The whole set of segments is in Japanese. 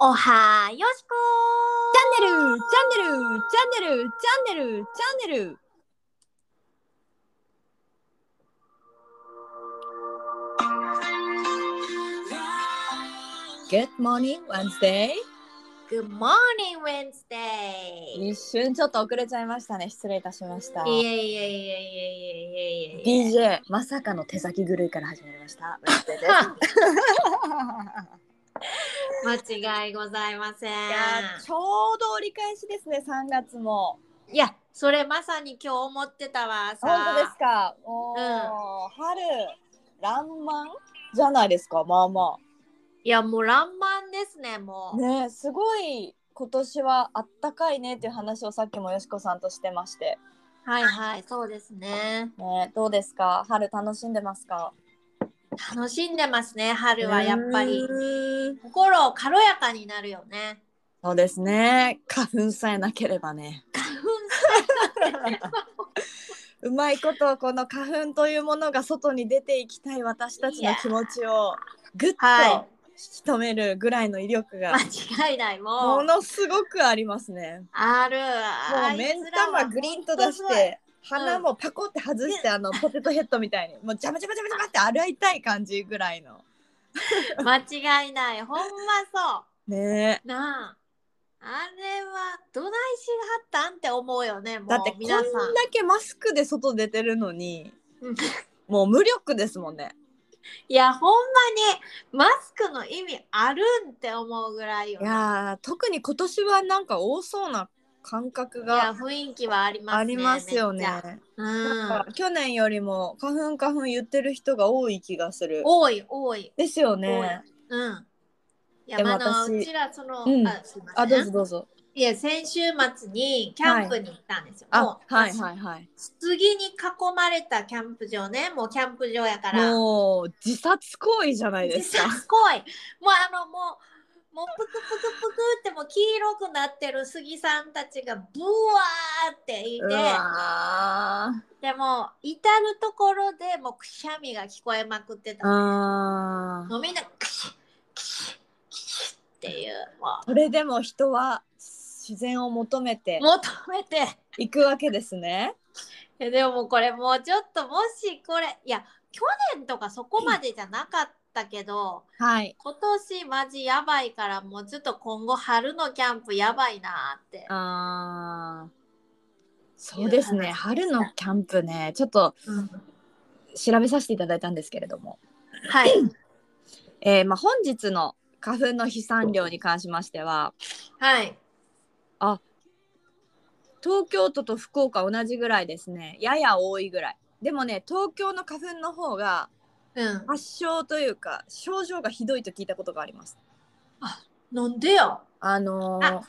おはよしこチャンネルチャンネルチャンネルチャンネルチャンネルー Good morning Wednesday Good morning Wednesday! 一瞬ちょっと遅れちゃいましたね失礼いたしましたいえいえいえいえいえいえいえいえ DJ まさかの手先狂いから始まりました Wednesday です間違いございません。いやちょうど折り返しですね3月もいや、それまさに今日思ってたわ。さ本当ですかおー、春爛漫じゃないですかまあまいや、もう爛漫ですね、もあう。ねえすごい今年はあったかいねっていう話をさっきもよしこさんとしてましてはいはい、そうですね。ね、どうですか春楽しんでますか楽しんでますね、春はやっぱりう。ーん心を軽やかになるよね。そうですね花粉さえなければねうまいことこの花粉というものが外に出ていきたい私たちの気持ちをぐっとは引き止めるぐらいの威力が間違いない、ももう。のすごくありますね。ある。ももう目ん玉グリンと出して鼻もパコって外してあのポテトヘッドみたいにもうジャバジャバジャバジャバって歩いたい感じぐらいの。間違いない。ほんまそねえう。なあ。あれはどないしがはったんって思うよね。もうだってこん皆ださん。けマスクで外出てるのにうんもう無力ですもんね。いや、ほんまにマスクの意味あるんって思うぐらいよいね。やー特に今年はなんか多そうな感覚いやが雰囲気はありますね。ありますよねめっちゃ。うん。去年よりも花粉花粉言ってる人が多い気がする。多い多い。ですよね。うん。いや、でもまああの、私うちらその、うんあ、すいません。あどうぞどうぞ。いや、先週末にキャンプに行ったんですよ。もあうはいはいはい。杉に囲まれたキャンプ場ねもうキャンプ場やからもう自殺行為じゃないで自す か。殺行為もうあのもうもうプクプクプクってもう黄色くなってる杉さんたちがブワーっていうてわーでも至る所でもうくしゃみが聞こえまくってたあーもうみんなクシュクシュクシュっていうもそれでも人は自然を求めてう求めていくわけですね。いやでももうこれもうちょっともしこれいや去年とかそこまでじゃなかったけど、はい。今年マジやばいからもうちょっと今後春のキャンプやばいなーってあーそうですいねう話春のキャンプねちょっとうん調べさせていただいたんですけれども、はいえーまあ、本日の花粉の飛散量に関しましてははい東京都と福岡同じぐらいですねやや多いぐらいでもね東京の花粉の方がうん発症というか症状がひどいと聞いたことがあります。なんでよあのー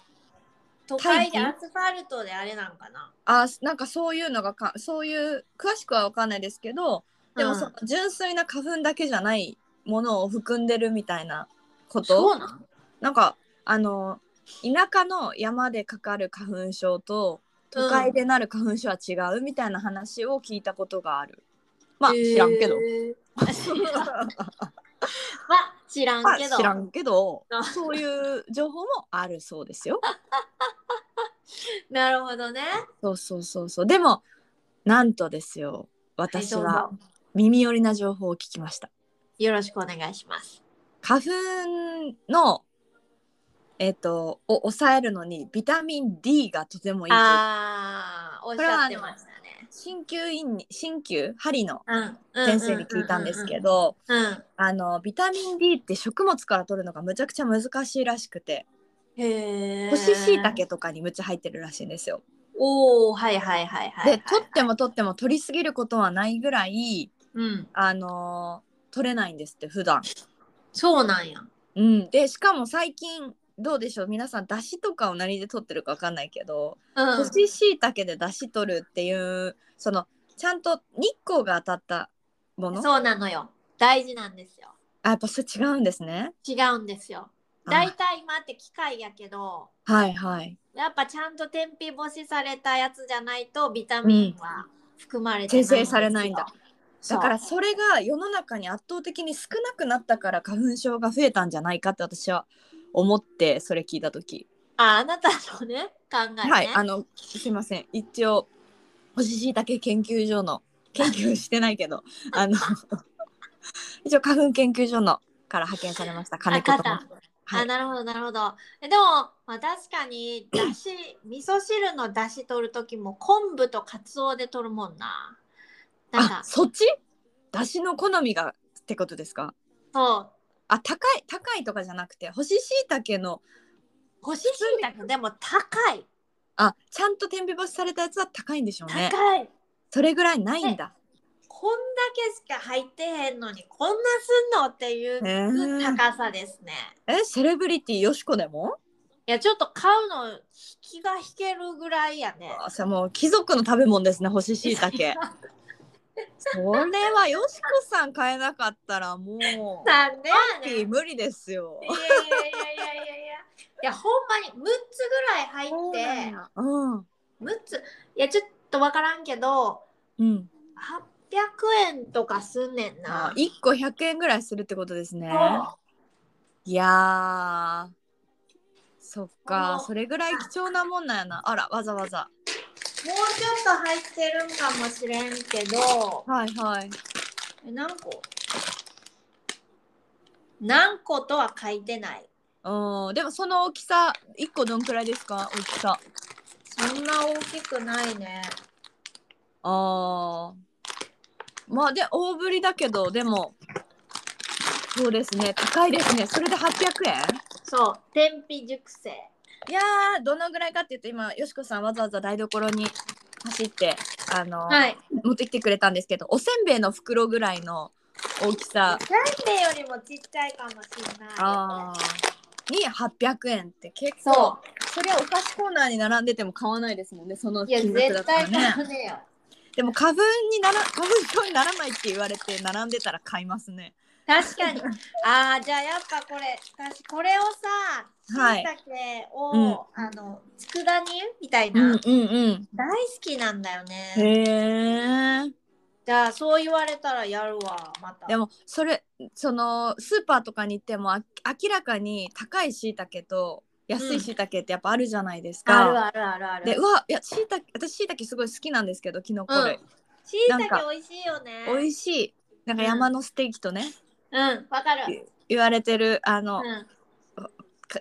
都会でア大スファルトであれなんかなあなんかそういうのがかそういう詳しくは分かんないですけどでもうんその純粋な花粉だけじゃないものを含んでるみたいなこそとうなんなんかあのー田舎の山でかかる花粉症と都会でなる花粉症は違うみたいな話を聞いたことがある。まあ知らんけど。えー知らんまあ 知らまんあけど知らんけどあそういう情報もあるそうですよ。なるほどねそうそうそうそう。でも、なんとですよ。私はいはどうぞ耳寄りな情報を聞きました。よろしくお願いします花粉の。えっ、と、を抑えるのに、ビタミン D がとてもいいという。あーおっしゃってましたね鍼灸院に、鍼灸針のうん先生に聞いたんですけど。うんうんうんうんあのビタミン D って食物から取るのがむちゃくちゃ難しいらしくてへえ干し椎茸とかにむっちゃ入ってるらしいんですよ。おおはいはいはいはいはいで取っても取っても取りすぎることはないぐらいうんあの取れないんですって普段そうなんやうん、でしかも最近どうでしょう皆さんだしとかを何で取ってるかわかんないけどうん干し椎茸でだし取るっていうそのちゃんと日光が当たったものそうなのよ。大事なんですよ。あやっぱそれ違うんですね。違うんですよ。あ大体今って機械やけど、はいはい。やっぱちゃんと天日干しされたやつじゃないとビタミンは含まれてないんですよ、生成されないんだそだう。からそれが世の中に圧倒的に少なくなったから花粉症が増えたんじゃないかって私は思ってそれ聞いた時ああなたのね考えね、はい、あのすいません一応干し椎茸研究所の研究してない けどあの一応花粉研究所のから派遣されました金子と申しますあはい、なるほどなるほどえでも、まあ、確かにだし味噌汁のだし取る時も昆布とかつおで取るもんななんあかそっちだしの好みがってことですかそうあ高い高いとかじゃなくて干し椎茸の干し椎茸でも高いあちゃんと天日干しされたやつは高いんでしょうね高い、それぐらいないんだこんだけしか入ってへんのにこんなすんのっていうへー高さですね、えセレブリティよしこでもいやちょっと買うの気が引けるぐらいやねあそれもう貴族の食べ物ですね干し椎茸それはよしこさん買えなかったらもうなんでやパンねテんィー無理ですよいやいやいやいやいやいやいやいやほんまに6つぐらい入ってうん6ついやちょっと分からんけどうん、 800円とかすんねんあな。 1個100円ぐらいするってことですねそいやーそっかそうそれぐらい貴重なもんなんやなあらわざわざうもうちょっと入ってるんかもしれんけどはいはいえ何個何個とは書いてないうんでもその大きさ1個どんくらいですか大きさそんな大きくないねあーまあで大ぶりだけどでもそうですね高いですねそれで800円そう天日熟成いやーどのぐらいかっていうと今よしこさんわざわざ台所に走ってあの、はい持ってきてくれたんですけどおせんべいの袋ぐらいの大きせんさべいよりもちっちゃいかもしれないあーに800円って結構そうそれはお菓子コーナーに並んでても買わないですもんねそのいや金額だっ絶たら対ね買うねよでも花粉になら花粉症にならないって言われて並んでたら買いますね確かに ああじゃあやっぱこれ私これをさはしいいたけを、うんあの佃煮みたいな、うんうんうん大好きなんだよねへえじゃあそう言われたらやるわまたでもそれそのスーパーとかに行ってもあ明らかに高いしいたけと安いしいたけってやっぱあるじゃないですか、あるあるあるあるでうわいやしいたけ私しいたけすごい好きなんですけどきのこ類、しいなんたかけ美味しいよね美味しいなんか山のステーキとね、うんわかる、言われてるあの、うん、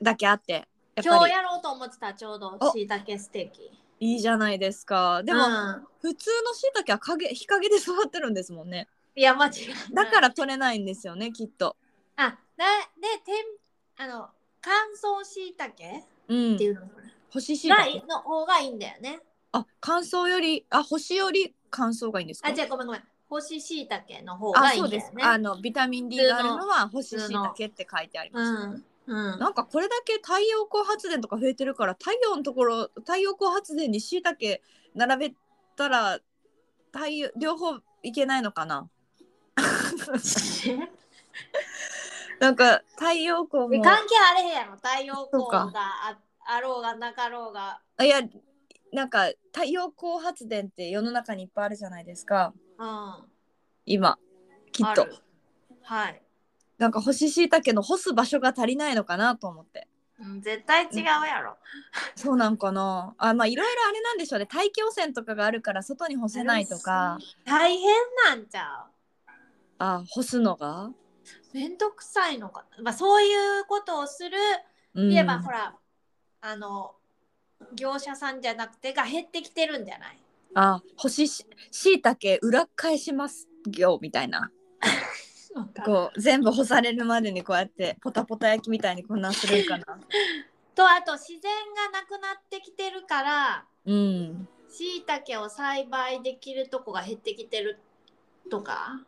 だけあってやっ今ぱ日やろうと思ってたちょうどおしいたけステーキりいいじゃないですかでも、うん普通のしいたけは影日陰で育ってるんですもんねいや間違いなだいから取れないんですよねきっとあだでてんあの乾燥しいたけっうんていうのかな干ししいたがけの方がいいんだよねあ乾燥よりあ干しより乾燥がいいんですかあ、じゃあごめんごめん。干し椎茸の方あがいいそんうだでよすね。あのビタミン D があるのは干しのしいたけって書いてあります、うん。 うん。なんかこれだけ太陽光発電とか増えてるから太陽のところ太陽光発電にしいたけ並べたら太陽両方いけないのかななんか太陽光もえ関係あれへんやろ。太陽そう光かがああろうがなかろうが。あいやなんか太陽光発電って世の中にいっぱいあるじゃないですかうん。今きっあとる。はい。なんか干し椎茸の干す場所が足りないのかなと思ってうん、絶対違うやろ。そうなんかなあまあいろいろあれなんでしょうね大気汚染とかがあるから外に干せないとか大変なんちゃう。あ干すのがめんどくさいのかな。まあそういうことをする。うんいえば、ほら、あの、業者さんじゃなくてが減ってきてるんじゃないあ干しし椎茸裏返しますよみたいなこう全部干されるまでにこうやってポタポタ焼きみたいにこんなんするんかなとあと自然がなくなってきてるから。うんしいたけを栽培できるとこが減ってきてるとか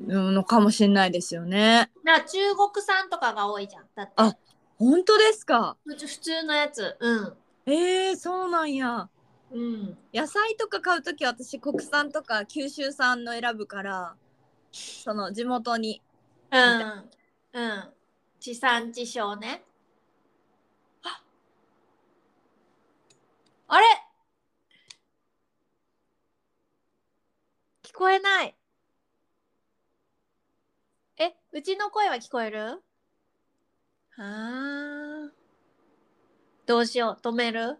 うんのかもしれないですよねな中国産とかが多いじゃんだってあ本当ですか普通普通のやつうんえー、そうなんやうん野菜とか買うとき私国産とか九州産の選ぶからその地元にうんうん地産地消ねああれ聞こえないえうちの声は聞こえるあーどうしよう止める